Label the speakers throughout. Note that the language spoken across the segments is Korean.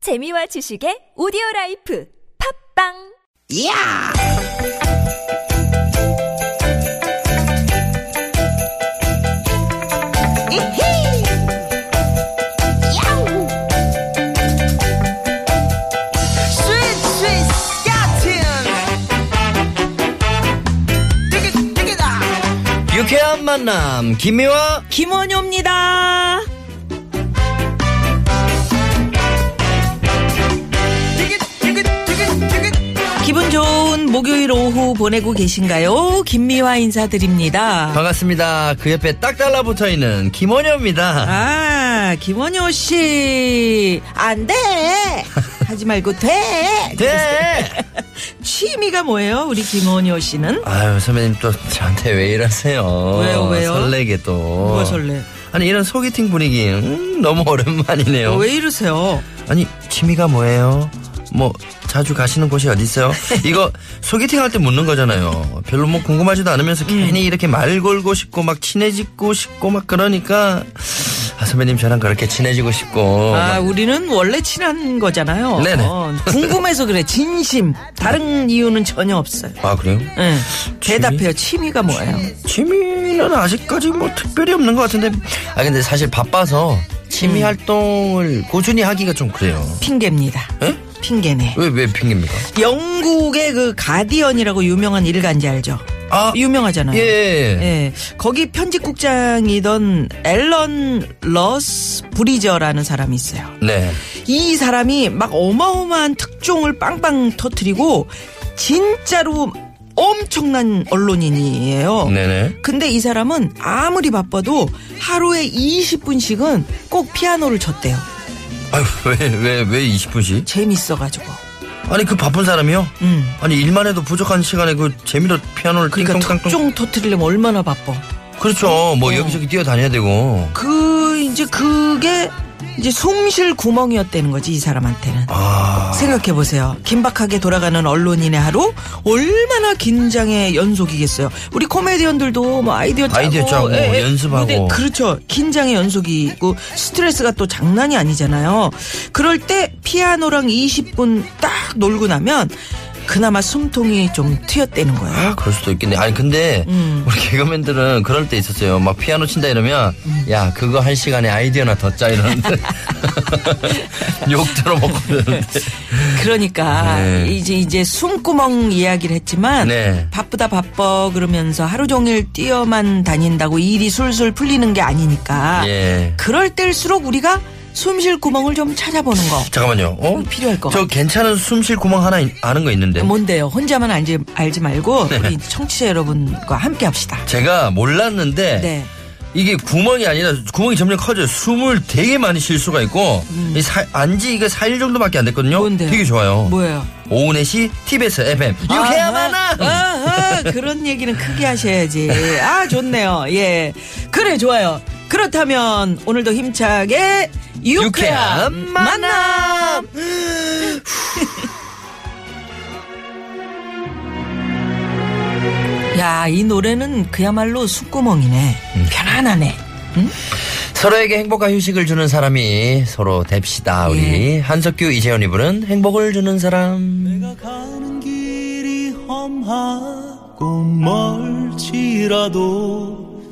Speaker 1: 재미와 지식의 오디오 라이프 팝빵!
Speaker 2: 이야! 이히! 야우! 스윗, 스윗, 야틴! 띠기, 띠기다!
Speaker 3: 유쾌한 만남 김미화
Speaker 4: 김원효입니다.
Speaker 2: 띠기, 띠기, 띠기, 띠기!
Speaker 4: 기분 좋은 목요일 오후 보내고 계신가요? 김미화 인사드립니다.
Speaker 3: 반갑습니다. 그 옆에 딱 달라붙어 있는 김원효입니다.
Speaker 4: 아, 김원효 씨. 안 돼! 하지 말고 돼!
Speaker 3: 네.
Speaker 4: 취미가 뭐예요, 우리 김원효 씨는?
Speaker 3: 아유 선배님 또 저한테 왜 이러세요?
Speaker 4: 왜요, 왜요?
Speaker 3: 설레게 또.
Speaker 4: 뭐가 설레?
Speaker 3: 아니 이런 소개팅 분위기 음, 너무 오랜만이네요.
Speaker 4: 왜 이러세요?
Speaker 3: 아니 취미가 뭐예요? 뭐 자주 가시는 곳이 어디 있어요? 이거 소개팅 할 때 묻는 거잖아요. 별로 뭐 궁금하지도
Speaker 4: 음.
Speaker 3: 않으면서 괜히 이렇게 말 걸고 싶고 막 친해지고 싶고 막 그러니까 아, 선배님 저랑 그렇게 친해지고 싶고
Speaker 4: 아,
Speaker 3: 막
Speaker 4: 우리는 원래 친한 거잖아요.
Speaker 3: 어.
Speaker 4: 어,
Speaker 3: 네네.
Speaker 4: 궁금해서 그래, 진심. 다른 이유는 전혀 없어요.
Speaker 3: 아 그래요?
Speaker 4: 응.
Speaker 3: 취미?
Speaker 4: 대답해요, 취미가 뭐예요?
Speaker 3: 취미는 아직까지 뭐 특별히 없는 것 같은데 아 근데 사실 바빠서 취미
Speaker 4: 음.
Speaker 3: 활동을 꾸준히 하기가 좀 그래요.
Speaker 4: 핑계입니다.
Speaker 3: 에?
Speaker 4: 핑계네.
Speaker 3: 왜 왜 핑계입니까?
Speaker 4: 영국의 그 가디언이라고 유명한 일간지 알죠?
Speaker 3: 아
Speaker 4: 유명하잖아요.
Speaker 3: 예. 예.
Speaker 4: 예. 거기 편집국장이던 앨런 러스 브리저라는 사람이 있어요.
Speaker 3: 네.
Speaker 4: 이 사람이 막 어마어마한 특종을 빵빵 터트리고 진짜로 엄청난 언론인이에요.
Speaker 3: 네네.
Speaker 4: 근데 이 사람은 아무리 바빠도 하루에 20분씩은 꼭 피아노를 쳤대요.
Speaker 3: 아유 왜왜 왜 20분씩?
Speaker 4: 재밌어가지고.
Speaker 3: 아니 그 바쁜 사람이요?
Speaker 4: 음.
Speaker 3: 아니 일만 해도 부족한 시간에 그 재미로 피아노를
Speaker 4: 그러니까
Speaker 3: 띵동땅동
Speaker 4: 특종 터트리려면 얼마나 바빠.
Speaker 3: 그렇죠. 뭐 여기저기 뛰어다녀야 되고.
Speaker 4: 그 이제 그게 이제 숨쉴 구멍이었다는 거지 이 사람한테는.
Speaker 3: 아
Speaker 4: 생각해 보세요. 긴박하게 돌아가는 언론인의 하루 얼마나 긴장의 연속이겠어요. 우리 코미디언들도 뭐 아이디어 짜고, 예.
Speaker 3: 아이디어 짜고, 뭐 연습하고.
Speaker 4: 근데 그렇죠. 긴장의 연속이고 스트레스가 또 장난이 아니잖아요. 그럴 때 피아노랑 20분 딱 놀고 나면 그나마 숨통이 좀 트였다는 거예요.
Speaker 3: 그럴 수도 있겠네. 아니 근데
Speaker 4: 음.
Speaker 3: 우리 개그맨들은 그럴 때 있었어요. 막 피아노 친다 이러면
Speaker 4: 음.
Speaker 3: 야 그거 한 시간에 아이디어나 더 짜 이러는데 욕 들어먹고 그러는데
Speaker 4: 그러니까
Speaker 3: 네.
Speaker 4: 이제 이제 숨구멍 이야기를 했지만
Speaker 3: 네.
Speaker 4: 바쁘다 바빠 그러면서 하루 종일 뛰어만 다닌다고 일이 술술 풀리는 게 아니니까
Speaker 3: 예.
Speaker 4: 그럴 때일수록 우리가 숨 쉴 구멍을 좀 찾아보는 거
Speaker 3: 잠깐만요. 어?
Speaker 4: 필요할 것 뭐?
Speaker 3: 저 괜찮은 숨쉴 구멍 하나 있- 아는 거 있는데.
Speaker 4: 뭔데요? 혼자만 알지 알지 말고
Speaker 3: 네.
Speaker 4: 우리 청취자 여러분과 함께 합시다.
Speaker 3: 제가 몰랐는데
Speaker 4: 네.
Speaker 3: 이게 구멍이 아니라 구멍이 점점 커져요. 숨을 되게 많이 쉴 수가 있고 이 사- 안지 이게 4일 정도밖에 안 됐거든요.
Speaker 4: 음. 뭔데요?
Speaker 3: 되게 좋아요.
Speaker 4: 뭐예요?
Speaker 3: 오후 4시 TBS FM 유쾌한 만남
Speaker 4: 아하, 네. 그런 얘기는 크게 하셔야지. 아, 좋네요. 예. 그래, 좋아요. 그렇다면, 오늘도 힘차게, 유쾌한
Speaker 3: 유쾌한
Speaker 4: 만남! 야, 이 노래는 그야말로 숯구멍이네.
Speaker 3: 음.
Speaker 4: 편안하네.
Speaker 3: 서로에게 행복과 휴식을 주는 사람이 서로 됩시다
Speaker 4: 예.
Speaker 3: 우리 한석규 이재현이 부른 행복을 주는 사람
Speaker 5: 내가 가는 길이 험하고 멀지라도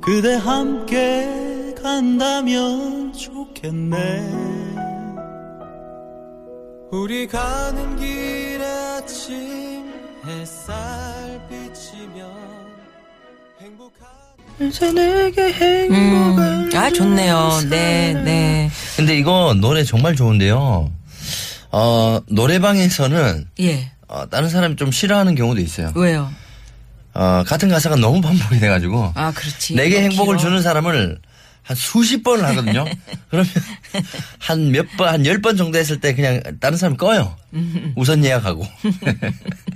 Speaker 5: 그대 함께 간다면 좋겠네 우리 가는 길 아침 햇살 비치면 행복한
Speaker 4: 음, 아, 좋네요. 네, 네.
Speaker 3: 근데 이거 노래 정말 좋은데요 어 노래방에서는
Speaker 4: 예.
Speaker 3: 어, 다른 사람이 좀 싫어하는 경우도 있어요
Speaker 4: 왜요?
Speaker 3: 어, 같은 가사가 너무 반복이 돼가지고
Speaker 4: 아, 그렇지.
Speaker 3: 내게
Speaker 4: 너무
Speaker 3: 행복을
Speaker 4: 길어.
Speaker 3: 주는 사람을 한 수십 번을 하거든요 그러면 한 몇 번 한 열 번 정도 했을 때 그냥 다른 사람 꺼요
Speaker 4: 음.
Speaker 3: 우선 예약하고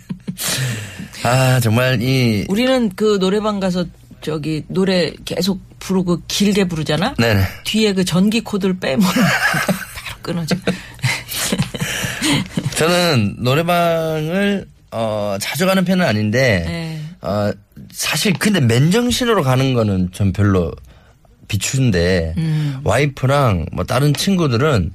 Speaker 3: 아 정말 이
Speaker 4: 우리는 그 노래방 가서 저기 노래 계속 부르고 길게 부르잖아.
Speaker 3: 네네
Speaker 4: 뒤에 그 전기 코드를 빼면 바로 끊어져.
Speaker 3: 저는 노래방을 어, 자주 가는 편은 아닌데
Speaker 4: 네.
Speaker 3: 어, 사실 근데 맨정신으로 가는 거는 전 별로 비추인데
Speaker 4: 음.
Speaker 3: 와이프랑 뭐 다른 친구들은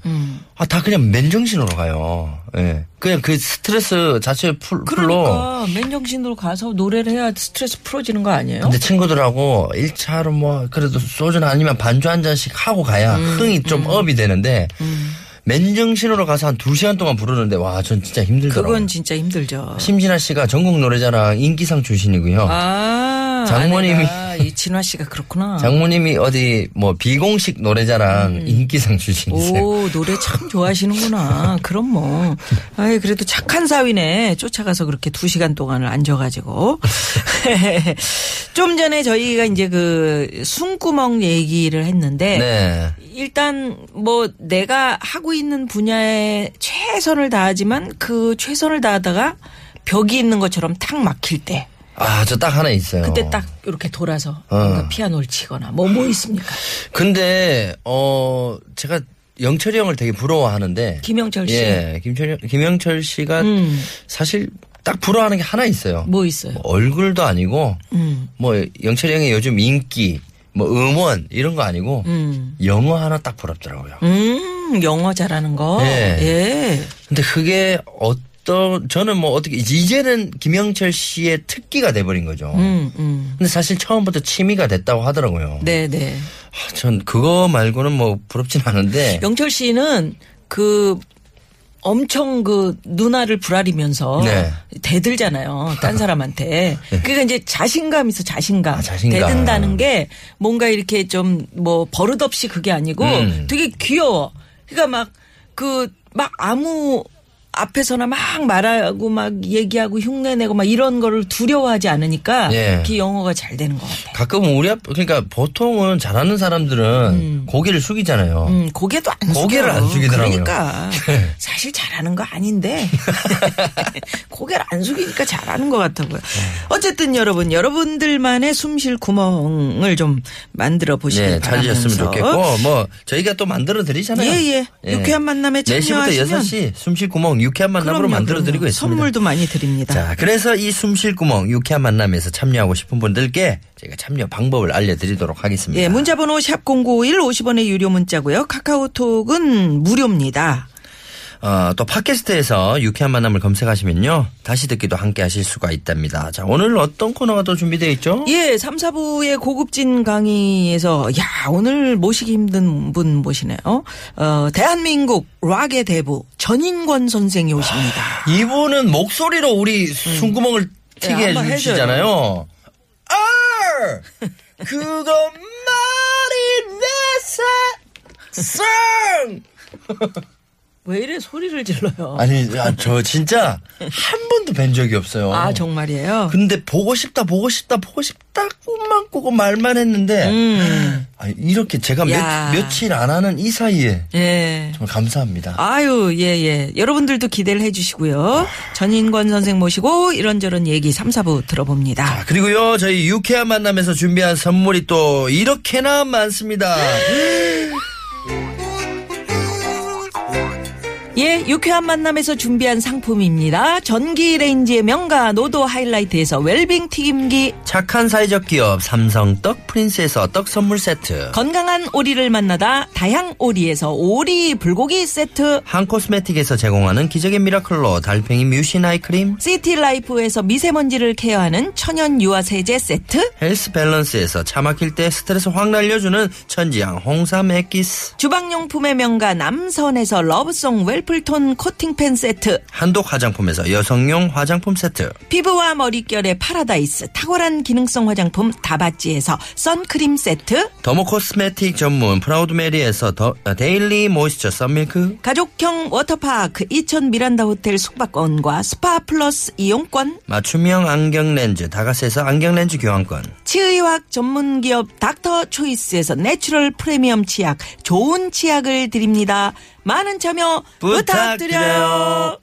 Speaker 3: 아, 다 그냥 맨정신으로 가요. 예. 그냥 그 스트레스 자체 풀, 풀로.
Speaker 4: 그러니까 맨정신으로 가서 노래를 해야 스트레스 풀어지는 거 아니에요?
Speaker 3: 근데 친구들하고 1차로 뭐 그래도 소주나 아니면 반주 한 잔씩 하고 가야
Speaker 4: 음,
Speaker 3: 흥이 좀 업이 되는데 맨정신으로 가서 한 2시간 동안 부르는데 와, 전 진짜 힘들더라고요.
Speaker 4: 그건 진짜 힘들죠.
Speaker 3: 심진아 씨가 전국 노래자랑 인기상 출신이고요.
Speaker 4: 아
Speaker 3: 장모님이-
Speaker 4: 아내가 이 진화 씨가 그렇구나.
Speaker 3: 장모님이 어디 뭐 비공식 노래자랑 인기상 주신이세요.
Speaker 4: 음. 오 노래 참 좋아하시는구나. 그럼 뭐, 아이 그래도 착한 사위네 쫓아가서 그렇게 두 시간 동안을 앉아가지고 좀 전에 저희가 이제 그 숨구멍 얘기를 했는데
Speaker 3: 네.
Speaker 4: 일단 뭐 내가 하고 있는 분야에 최선을 다하지만 그 최선을 다하다가 벽이 있는 것처럼 탁 막힐 때
Speaker 3: 아, 저 딱 하나 있어요. 어.
Speaker 4: 그때 딱 이렇게 돌아서 뭔가 피아노를 치거나 뭐 뭐 있습니까?
Speaker 3: 근데 어 제가 영철이 형을 되게 부러워하는데
Speaker 4: 김영철 씨. 음.
Speaker 3: 예, 김철 김영철 씨가 사실 딱 부러워하는 게 하나 있어요.
Speaker 4: 뭐 음. 있어요?
Speaker 3: 뭐 얼굴도 아니고 뭐 영철이 형의 요즘 인기 뭐 음원 이런 거 아니고 영어 하나 딱 부럽더라고요.
Speaker 4: 음 영어 잘하는 거.
Speaker 3: 네.
Speaker 4: 예.
Speaker 3: 근데 그게 어떤 저는 뭐 어떻게 이제- 이제는 김영철 씨의 특기가 돼버린 거죠.
Speaker 4: 음, 음.
Speaker 3: 근데 사실 처음부터 취미가 됐다고 하더라고요.
Speaker 4: 네, 네.
Speaker 3: 아, 전 그거 말고는 뭐 부럽진 않은데
Speaker 4: 영철 씨는 그 엄청 그 누나를 불아리면서
Speaker 3: 네.
Speaker 4: 대들잖아요. 딴 사람한테. 그러니까 이제 자신감 있어 자신감.
Speaker 3: 아, 자신감.
Speaker 4: 대든다는 게 뭔가 이렇게 좀 뭐 버릇없이 그게 아니고
Speaker 3: 음.
Speaker 4: 되게 귀여워. 그러니까 막 그, 막 아무 앞에서나 막 말하고 막 얘기하고 흉내내고 막 이런 거를 두려워하지 않으니까
Speaker 3: 예.
Speaker 4: 그 영어가 잘 되는 것 같아요.
Speaker 3: 가끔 우리 앞 그러니까 보통은 잘하는 사람들은 고개를 숙이잖아요.
Speaker 4: 음, 고개도 안 숙여.
Speaker 3: 고개를 안 숙이더라고요. 예.
Speaker 4: 그러니까 사실 잘하는 거 아닌데 고개를 안 숙이니까 잘하는 것 같아 보여.
Speaker 3: 예.
Speaker 4: 어쨌든 여러분 여러분들만의 숨쉴 구멍을 좀 만들어 보시길
Speaker 3: 예,
Speaker 4: 바라면서.
Speaker 3: 잘지셨으면 좋겠고 뭐 저희가 또 만들어 드리잖아요. 네,
Speaker 4: 예, 예. 유쾌한 만남에
Speaker 3: 4시부터
Speaker 4: 참여하시면
Speaker 3: 6시 숨쉴 구멍 유쾌한 만남으로
Speaker 4: 그럼요,
Speaker 3: 만들어 드리고
Speaker 4: 그럼요.
Speaker 3: 있습니다.
Speaker 4: 선물도 많이 드립니다.
Speaker 3: 자, 그래서 이 숨쉴 구멍 유쾌한 만남에서 참여하고 싶은 분들께 저희가 참여 방법을 알려 드리도록 하겠습니다.
Speaker 4: 예, 문자번호 샵 #051 50원의 유료 문자고요. 카카오톡은 무료입니다.
Speaker 3: 어, 또 팟캐스트에서 유쾌한 만남을 검색하시면요. 다시 듣기도 함께 하실 수가 있답니다. 자, 오늘 어떤 코너가 또 준비되어 있죠?
Speaker 4: 예, 3, 4부의 고급진 강의에서, 야, 오늘 모시기 힘든 분 모시네요. 어, 대한민국 락의 대부, 전인권 선생이 오십니다.
Speaker 3: 이분은 목소리로 우리 숨구멍을
Speaker 4: 예,
Speaker 3: 튀게
Speaker 4: 한번
Speaker 3: 해주시잖아요. R! 그거 말이 내 사랑!
Speaker 4: 왜 이래 소리를 질러요?
Speaker 3: 아니, 아, 저 진짜 한 번도 뵌 적이 없어요.
Speaker 4: 아, 정말이에요?
Speaker 3: 근데 보고 싶다, 보고 싶다, 보고 싶다, 꿈만 꾸고 말만 했는데, 아니, 이렇게 제가
Speaker 4: 야.
Speaker 3: 며, 며칠 안 하는 이 사이에
Speaker 4: 예.
Speaker 3: 정말 감사합니다.
Speaker 4: 아유, 예, 예. 여러분들도 기대를 해주시고요. 전인권 선생 모시고 이런저런 얘기 3, 4부 들어봅니다.
Speaker 3: 자, 그리고요, 저희 유쾌한 만남에서 준비한 선물이 또 이렇게나 많습니다.
Speaker 4: 예, 유쾌한 만남에서 준비한 상품입니다. 전기레인지의 명가 노도 하이라이트에서 웰빙 튀김기
Speaker 3: 착한 사회적 기업 삼성 떡 프린스에서 떡 선물 세트.
Speaker 4: 건강한 오리를 만나다 다양 오리에서 오리 불고기 세트
Speaker 3: 한 코스메틱에서 제공하는 기적의 미라클로 달팽이 뮤신 아이크림.
Speaker 4: 시티라이프에서 미세먼지를 케어하는 천연 유화 세제 세트
Speaker 3: 헬스 밸런스에서 차 막힐 때 스트레스 확 날려주는 천지향 홍삼 액기스.
Speaker 4: 주방용품의 명가 남선에서 러브송 웰플톤 코팅팬 세트
Speaker 3: 한독 화장품에서 여성용 화장품 세트.
Speaker 4: 피부와 머릿결의 파라다이스 탁월한 기능성 화장품 다바찌에서 선크림 세트
Speaker 3: 더모 코스메틱 전문 프라우드 메리에서 더, 아, 데일리 모이스처 썬밀크.
Speaker 4: 가족형 워터파크 이천 미란다 호텔 숙박권과 스파 플러스 이용권
Speaker 3: 맞춤형 안경 렌즈 다가스에서 안경 렌즈 교환권.
Speaker 4: 치의학 전문기업 닥터 초이스에서 내추럴 프리미엄 치약 좋은 치약을 드립니다. 많은 참여 부탁드려요.
Speaker 3: 부탁드려요.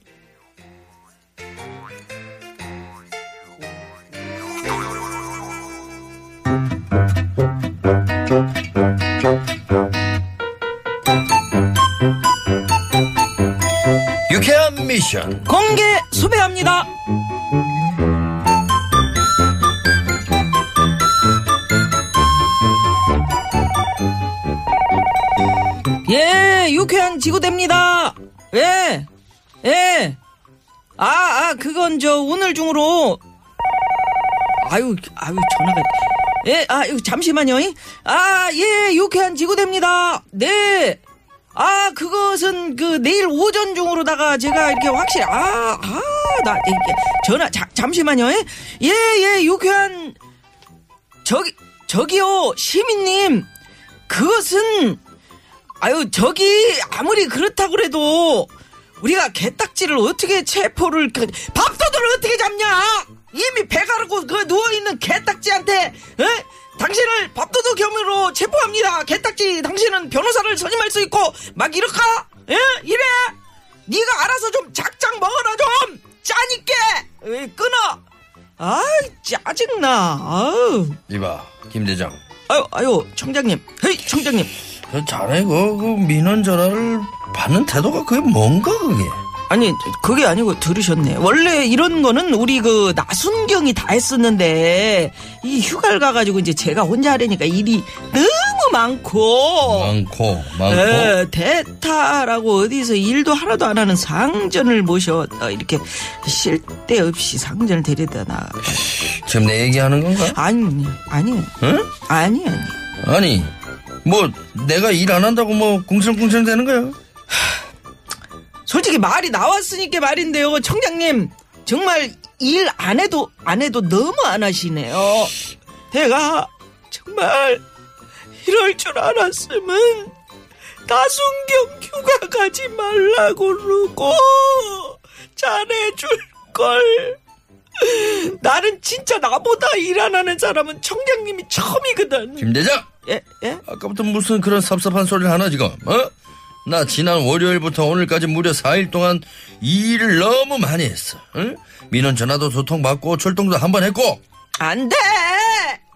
Speaker 3: 유쾌한 미션.
Speaker 4: 공개 수배합니다. 예, 유쾌한 지구대입니다. 예, 예. 아, 아, 그건 저 오늘 중으로. 아유, 아유, 전화가. 예, 아, 이거 잠시만요. 잉. 아, 예, 유쾌한 지구대입니다. 네. 아, 그것은 그 내일 오전 중으로다가 제가 이렇게 확실히, 아, 아, 나, 이게 전화, 자, 잠시만요. 잉. 예, 예, 유쾌한 저기 저기요 시민님 그것은 아유 저기 아무리 그렇다고 그래도 우리가 개딱지를 어떻게 체포를 그- 밥도둑을 어떻게 잡냐 이미 배가르고 그 누워있는 개딱지한테 에? 당신을 밥도둑 혐의로 체포합니다 개딱지 당신은 변호사를 선임할 수 있고 막 이럴까 에? 이래 네가 알아서 좀 작작 먹어라 좀 짜니까 에, 끊어 아이 짜증나 아우
Speaker 3: 이봐 김대장
Speaker 4: 아유, 아유, 청장님. 헤이, 청장님.
Speaker 3: 그 자네 그, 그 민원 전화를 받는 태도가 그게 뭔가 그게
Speaker 4: 아니, 그게 아니고 들으셨네. 원래 이런 거는 우리 그 나순경이 다 했었는데, 이 휴가를 가가지고 이제 제가 혼자 하려니까 일이 너무 많고,
Speaker 3: 많고 많고
Speaker 4: 에, 대타라고 어디서 일도 하나도 안 하는 상전을 모셔, 어, 이렇게 쉴 데 없이 상전을 데려다 나.
Speaker 3: 지금 내 얘기하는 건가?
Speaker 4: 아니, 아니,
Speaker 3: 응?
Speaker 4: 아니, 아니.
Speaker 3: 아니 뭐 내가 일 안 한다고 뭐 궁시렁궁시렁 되는 거야
Speaker 4: 솔직히 말이 나왔으니까 말인데요, 청장님 정말 일 안 해도 안 해도 너무 안 하시네요. 내가 정말 이럴 줄 알았으면 나순경 휴가 가지 말라고 그러고 잘해줄 걸. 나는 진짜 나보다 일 안 하는 사람은 청장님이 처음이거든.
Speaker 3: 김대장
Speaker 4: 예, 예?
Speaker 3: 아까부터 무슨 그런 섭섭한 소리를 하나 지금 어? 나 지난 월요일부터 오늘까지 무려 4일 동안 일을 너무 많이 했어 응? 민원 전화도 소통받고 출동도 한 번 했고
Speaker 4: 안 돼!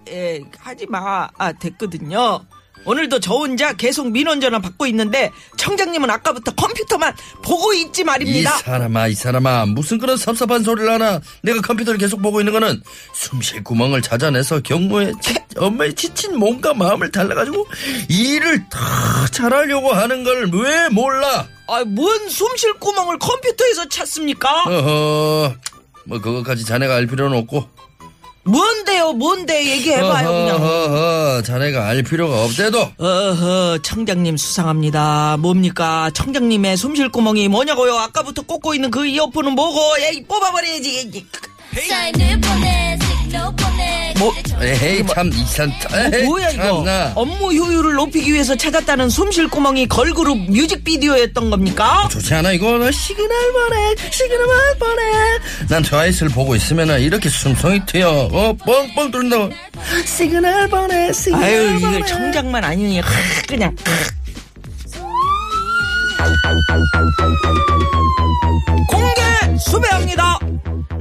Speaker 4: 예, 하지 마. 아, 됐거든요. 오늘도 저 혼자 계속 민원 전화 받고 있는데 청장님은 아까부터 컴퓨터만 보고 있지
Speaker 3: 이
Speaker 4: 말입니다.
Speaker 3: 사람아 이 사람아 무슨 그런 섭섭한 소리를 하나 내가 컴퓨터를 계속 보고 있는 거는 숨쉴 구멍을 찾아내서 경무에 지- 엄마의 지친 몸과 마음을 달래가지고 일을 더 잘하려고 하는 걸 왜 몰라
Speaker 4: 아, 뭔 숨 쉴 구멍을 컴퓨터에서 찾습니까?
Speaker 3: 어허 뭐 그것까지 자네가 알 필요는 없고
Speaker 4: 뭔데요, 뭔데 얘기해봐요 그냥.
Speaker 3: 허허허 자네가 알 필요가 없대도
Speaker 4: 어허, 청장님 수상합니다. 뭡니까? 청장님의 숨 쉴 구멍이 뭐냐고요? 아까부터 꽂고 있는 그 이어폰은 뭐고? 에이, 뽑아버려야지. 에이,
Speaker 6: 사인을 보내 시그널 보내
Speaker 4: 뭐?
Speaker 3: 에이 참 이산
Speaker 4: 어, 뭐야 이거
Speaker 3: 참나.
Speaker 4: 업무 효율을 높이기 위해서 찾았다는 숨쉴 구멍이 걸그룹 뮤직비디오였던 겁니까?
Speaker 3: 좋지 않아 이거 나 시그널 보내 시그널 보내 난 트와이스를 보고 있으면 이렇게 숨통이 튀어 어 뻥뻥 뚫린다고 시그널 보내 시그널
Speaker 4: 아유
Speaker 3: 보내
Speaker 4: 이거 청장만 아니니 하, 그냥 공개 수배합니다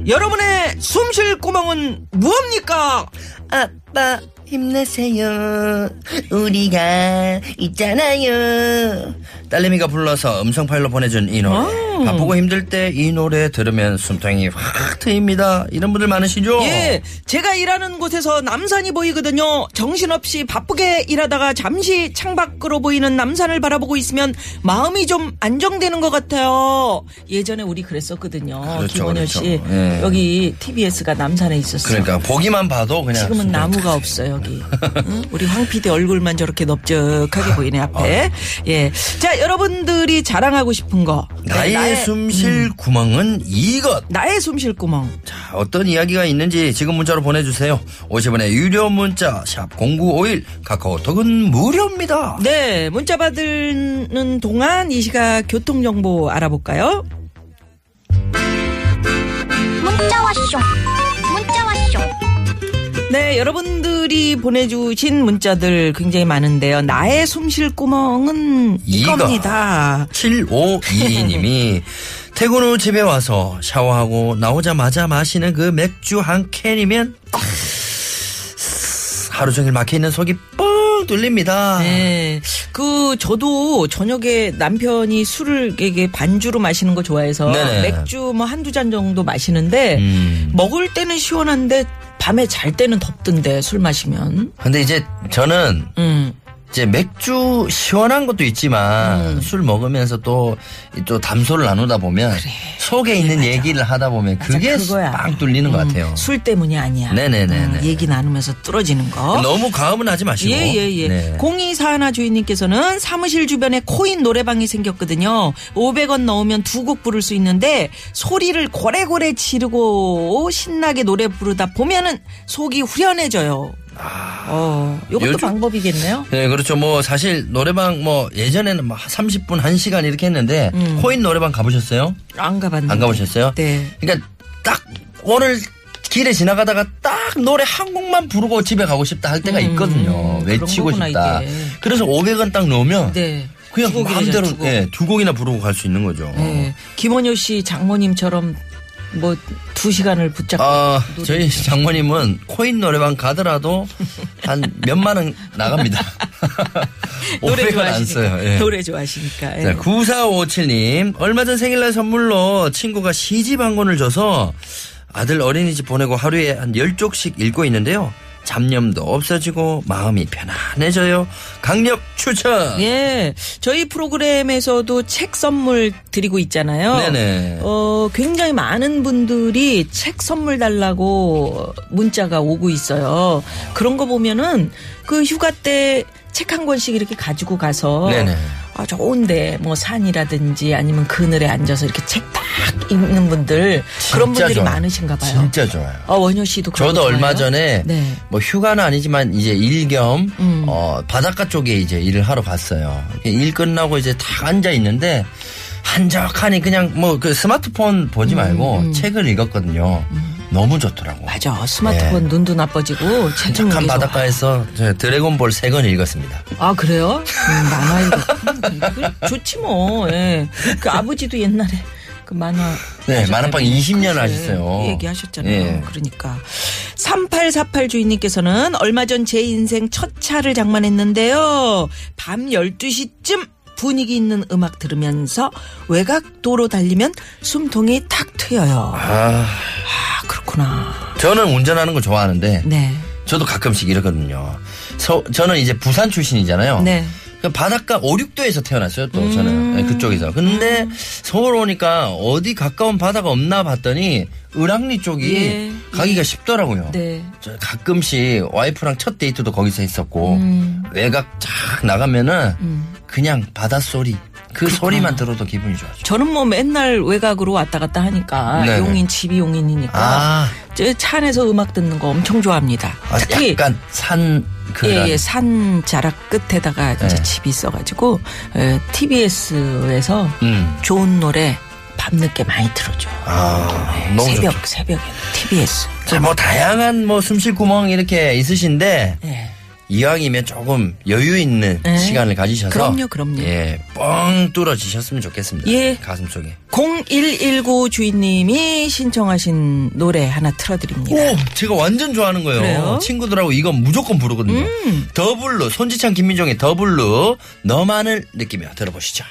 Speaker 4: 여러분의 숨쉴 구멍은 무엇입니까?
Speaker 7: 아빠 힘내세요. 우리가 있잖아요.
Speaker 3: 딸내미가 불러서 음성 파일로 보내준 이 노래
Speaker 4: 아.
Speaker 3: 바쁘고 힘들 때 이 노래 들으면 숨통이 확 트입니다 이런 분들 많으시죠?
Speaker 4: 예, 제가 일하는 곳에서 남산이 보이거든요. 정신없이 바쁘게 일하다가 잠시 창밖으로 보이는 남산을 바라보고 있으면 마음이 좀 안정되는 것 같아요. 예전에 우리 그랬었거든요.
Speaker 3: 그렇죠,
Speaker 4: 김원효
Speaker 3: 그렇죠.
Speaker 4: 씨.
Speaker 3: 예.
Speaker 4: 여기 TBS가 남산에 있었어요.
Speaker 3: 그러니까 보기만 봐도 그냥
Speaker 4: 지금은
Speaker 3: 숨통이
Speaker 4: 나무가 없어 여기. 응? 우리 황 PD 얼굴만 저렇게 넓적하게 보이네
Speaker 3: 어.
Speaker 4: 앞에. 예, 자 여러분들이 자랑하고 싶은 거. 네,
Speaker 3: 나의, 숨쉴
Speaker 4: 음.
Speaker 3: 구멍은 이것
Speaker 4: 나의 숨쉴 구멍.
Speaker 3: 자, 어떤 이야기가 있는지 지금 문자로 보내주세요. 50원의 유료 문자 샵 0951 카카오톡은 무료입니다.
Speaker 4: 네, 문자 받는 동안 이 시각 교통정보 알아볼까요?
Speaker 6: 문자 왔쇼 문자 왔쇼
Speaker 4: 네, 여러분들이 보내주신 문자들 굉장히 많은데요. 나의 숨쉴 구멍은
Speaker 3: 이거.
Speaker 4: 이겁니다.
Speaker 3: 7522님이 퇴근 후 집에 와서 샤워하고 나오자마자 마시는 그 맥주 한 캔이면 하루 종일 막혀있는 속이 뻥 뚫립니다.
Speaker 4: 네. 그, 저도 저녁에 남편이 술을 이게 반주로 마시는 거 좋아해서
Speaker 3: 네네.
Speaker 4: 맥주 뭐 한두 잔 정도 마시는데
Speaker 3: 음.
Speaker 4: 먹을 때는 시원한데 밤에 잘 때는 덥던데 술 마시면.
Speaker 3: 근데 이제 저는
Speaker 4: 음.
Speaker 3: 이제 맥주 시원한 것도 있지만 술 먹으면서 또 또 담소를 나누다 보면 속에 있는 얘기를 하다 보면 그게
Speaker 4: 그거야. 음.
Speaker 3: 빵 뚫리는 것 같아요.
Speaker 4: 술 때문이 아니야.
Speaker 3: 네네네네. 네,
Speaker 4: 음, 얘기 나누면서 뚫어지는 거.
Speaker 3: 너무 과음은 하지 마시고.
Speaker 4: 예, 예, 예.
Speaker 3: 네.
Speaker 4: 0241 주인님께서는 사무실 주변에 코인 노래방이 생겼거든요. 500원 넣으면 두 곡 부를 수 있는데 소리를 고래고래 지르고 신나게 노래 부르다 보면은 속이 후련해져요. 어, 요것도
Speaker 3: 아, 요즘-
Speaker 4: 방법이겠네요.
Speaker 3: 네, 그렇죠. 뭐 사실 노래방 뭐 예전에는 막 30분 1시간 이렇게 했는데 코인 노래방 가보셨어요?
Speaker 4: 안 가봤는데.
Speaker 3: 안 가보셨어요?
Speaker 4: 음. 네.
Speaker 3: 그러니까 딱 오늘 길에 지나가다가 딱 노래 한 곡만 부르고 집에 가고 싶다 할 때가 있거든요. 외치고
Speaker 4: 음. 거구나,
Speaker 3: 싶다.
Speaker 4: 이게.
Speaker 3: 그래서 500원 딱 넣으면
Speaker 4: 네.
Speaker 3: 그냥
Speaker 4: 두 곡이
Speaker 3: 마음대로
Speaker 4: 되잖아, 두 곡.
Speaker 3: 예, 두 곡이나 부르고 갈 수 있는 거죠.
Speaker 4: 네.
Speaker 3: 어.
Speaker 4: 김원효 씨 장모님처럼 뭐 두 시간을 붙잡고
Speaker 3: 아, 저희 장모님은 코인 노래방 가더라도 한 몇만 원 나갑니다.
Speaker 4: 노래
Speaker 3: 500원 안
Speaker 4: 좋아하시니까.
Speaker 3: 써요. 예.
Speaker 4: 노래 좋아하시니까. 예.
Speaker 3: 자, 9457님. 얼마 전 생일날 선물로 친구가 시집 한 권을 줘서 아들 어린이집 보내고 하루에 한 10쪽씩 읽고 있는데요. 잡념도 없어지고 마음이 편안해져요. 강력 추천!
Speaker 4: 예. 저희 프로그램에서도 책 선물 드리고 있잖아요.
Speaker 3: 네네.
Speaker 4: 어, 굉장히 많은 분들이 책 선물 달라고 문자가 오고 있어요. 그런 거 보면은 그 휴가 때 책 한 권씩 이렇게 가지고 가서
Speaker 3: 네네.
Speaker 4: 아, 좋은데 뭐 산이라든지 아니면 그늘에 앉아서 이렇게 책 딱 읽는 분들 그런
Speaker 3: 진짜
Speaker 4: 분들이
Speaker 3: 좋아요.
Speaker 4: 많으신가 봐요.
Speaker 3: 진짜 좋아요.
Speaker 4: 어, 원효 씨도 그런
Speaker 3: 저도
Speaker 4: 거
Speaker 3: 얼마
Speaker 4: 좋아해요?
Speaker 3: 전에
Speaker 4: 네. 음.
Speaker 3: 뭐 휴가는 아니지만 이제 일겸 어, 바닷가 쪽에 이제 일을 하러 갔어요. 일 끝나고 이제 탁 앉아 있는데 한적하니 그냥 뭐 그 스마트폰 보지 말고 책을 읽었거든요. 너무 좋더라고.
Speaker 4: 음, 맞아. 스마트폰
Speaker 3: 네.
Speaker 4: 눈도 나빠지고 책
Speaker 3: 한적한
Speaker 4: 읽는 게 좋아.
Speaker 3: 바닷가에서 저 드래곤볼 세 권 읽었습니다.
Speaker 4: 아 그래요? 음, 만화 읽었구나. 그, 좋지 뭐. 예. 그 아버지도 옛날에 그 만화.
Speaker 3: 네,
Speaker 4: 하셨다고
Speaker 3: 만화방 20년
Speaker 4: 그치.
Speaker 3: 하셨어요.
Speaker 4: 그 얘기하셨잖아요.
Speaker 3: 예.
Speaker 4: 그러니까 3848 주인님께서는 얼마 전 제 인생 첫 차를 장만했는데요. 밤 12시쯤 분위기 있는 음악 들으면서 외곽 도로 달리면 숨통이 탁 트여요. 아, 그렇구나.
Speaker 3: 저는 운전하는 거 좋아하는데
Speaker 4: 네.
Speaker 3: 저도 가끔씩 이러거든요. 서- 저는 이제 부산 출신이잖아요.
Speaker 4: 네.
Speaker 3: 그 바닷가 5, 6도에서 태어났어요, 또 저는.
Speaker 4: 음.
Speaker 3: 네, 그쪽에서. 근데 서울 오니까 어디 가까운 바다가 없나 봤더니 을왕리 쪽이
Speaker 4: 예,
Speaker 3: 가기가 쉽더라고요.
Speaker 4: 네.
Speaker 3: 저 가끔씩 와이프랑 첫 데이트도 거기서 했었고
Speaker 4: 음.
Speaker 3: 외곽 쫙 나가면은 그냥 바닷소리 그 소리만 들어도 기분이 좋아져.
Speaker 4: 저는 뭐 맨날 외곽으로 왔다 갔다 하니까
Speaker 3: 네.
Speaker 4: 용인 집이 용인이니까
Speaker 3: 아,
Speaker 4: 저 차 안에서 음악 듣는 거 엄청 좋아합니다.
Speaker 3: 아,
Speaker 4: 특히
Speaker 3: 약간 산 그런
Speaker 4: 예, 예, 산 자락 끝에다가 이제
Speaker 3: 네.
Speaker 4: 집이 있어가지고 에, TBS에서
Speaker 3: 음.
Speaker 4: 좋은 노래 밤늦게 많이 틀어줘.
Speaker 3: 아, 너무
Speaker 4: 새벽
Speaker 3: 좋죠.
Speaker 4: 새벽에 TBS.
Speaker 3: 자, 뭐 다양한 뭐 숨쉴 구멍 이렇게 있으신데
Speaker 4: 예.
Speaker 3: 이왕이면 조금 여유 있는
Speaker 4: 네.
Speaker 3: 시간을 가지셔서
Speaker 4: 그럼요, 그럼요.
Speaker 3: 예, 뻥 뚫어지셨으면 좋겠습니다.
Speaker 4: 예.
Speaker 3: 가슴 속에.
Speaker 4: 0119 주인님이 신청하신 노래 하나 틀어드립니다.
Speaker 3: 오, 제가 완전 좋아하는 거예요.
Speaker 4: 예. 그래요? 음.
Speaker 3: 친구들하고 이건 무조건 부르거든요. 더블루, 손지창, 김민종의 더블루, 너만을 느끼며 들어보시죠.